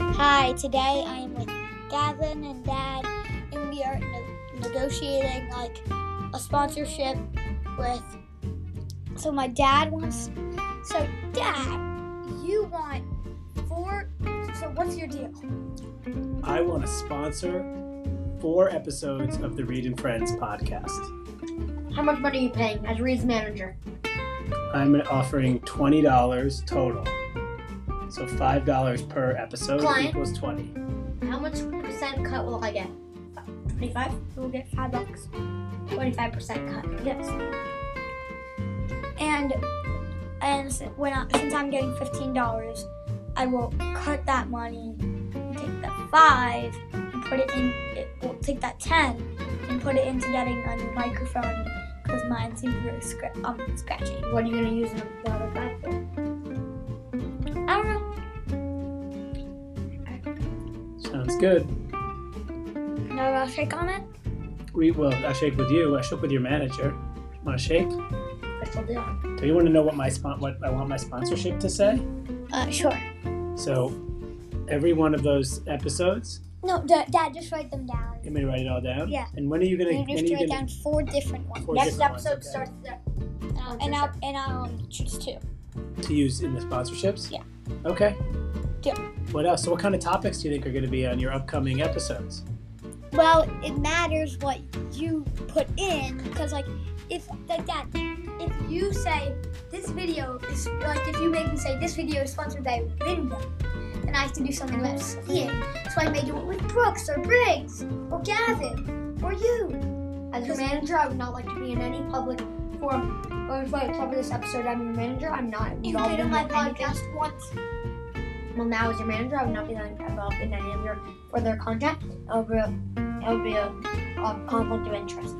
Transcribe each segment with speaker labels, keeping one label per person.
Speaker 1: Hi, today I am with Gavin and Dad, and we are ne- negotiating like a sponsorship with. So my dad wants. So Dad, you want four. So what's your deal?
Speaker 2: I want to sponsor four episodes of the Reed and Friends podcast.
Speaker 3: How much money are you paying as Reed's manager?
Speaker 2: I'm offering twenty dollars total, so five dollars per episode
Speaker 3: Client.
Speaker 2: equals twenty.
Speaker 3: How much percent cut will I get? 25?
Speaker 1: We'll get five bucks.
Speaker 3: 25% cut. Yes.
Speaker 1: And and s- when I, since I'm getting fifteen dollars, I will cut that money, take that five, and put it in. It will take that ten and put it into getting a new microphone because mine seems really scra- um scratchy.
Speaker 3: What are you going to use the other five for?
Speaker 1: I don't know.
Speaker 2: Sounds good.
Speaker 1: No rough shake on it.
Speaker 2: We will. I shake with you. I shook with your manager. Want to shake?
Speaker 3: Crystal deal.
Speaker 2: Do you want to know what my spon- what I want my sponsorship to say?
Speaker 1: Uh, sure.
Speaker 2: So, every one of those episodes,
Speaker 1: No, da- Dad, just write them down.
Speaker 2: you may write it all down.
Speaker 1: Yeah.
Speaker 2: And when are you gonna?
Speaker 1: You
Speaker 2: when are
Speaker 1: just
Speaker 2: you
Speaker 1: write
Speaker 2: gonna?
Speaker 1: down four different ones, Oh,
Speaker 2: four
Speaker 3: Next
Speaker 2: different
Speaker 3: episode
Speaker 2: ones, okay,
Speaker 3: starts there.
Speaker 1: and I'll and I'll um, choose two.
Speaker 2: to use in the sponsorships.
Speaker 1: Yeah.
Speaker 2: Okay.
Speaker 1: Yeah.
Speaker 2: What else? So, what kind of topics do you think are going to be on your upcoming episodes?
Speaker 1: Well, it matters what you put in because, like, if like that, if you say this video is like, if you make me say this video is sponsored by Linda, then I have to do something about Sophia. So I may do it with Brooks or Briggs or Gavin or you.
Speaker 3: As your manager, I would not like to be in any public forum. Or if I cover this episode, I'm your manager. I'm not
Speaker 1: You
Speaker 3: involved
Speaker 1: did
Speaker 3: in
Speaker 1: on my
Speaker 3: anything.
Speaker 1: podcast once.
Speaker 3: Well, now as your manager, I would not be involved in any of your further content. It would be a, it would be a, a conflict of interest.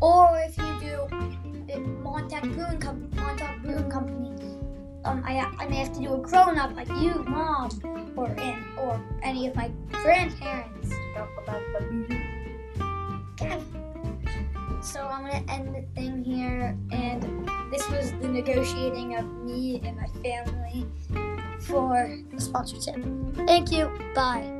Speaker 1: Or if you do the Montauk Brewing, Com- Montauk Brewing Company, um, I, I may have to do a grown up like you, mom, or in, or any of my grandparents.
Speaker 3: Talk about the
Speaker 1: So I'm gonna end the thing here, and this was the negotiating of me and my family for sponsorship. Thank you. Bye.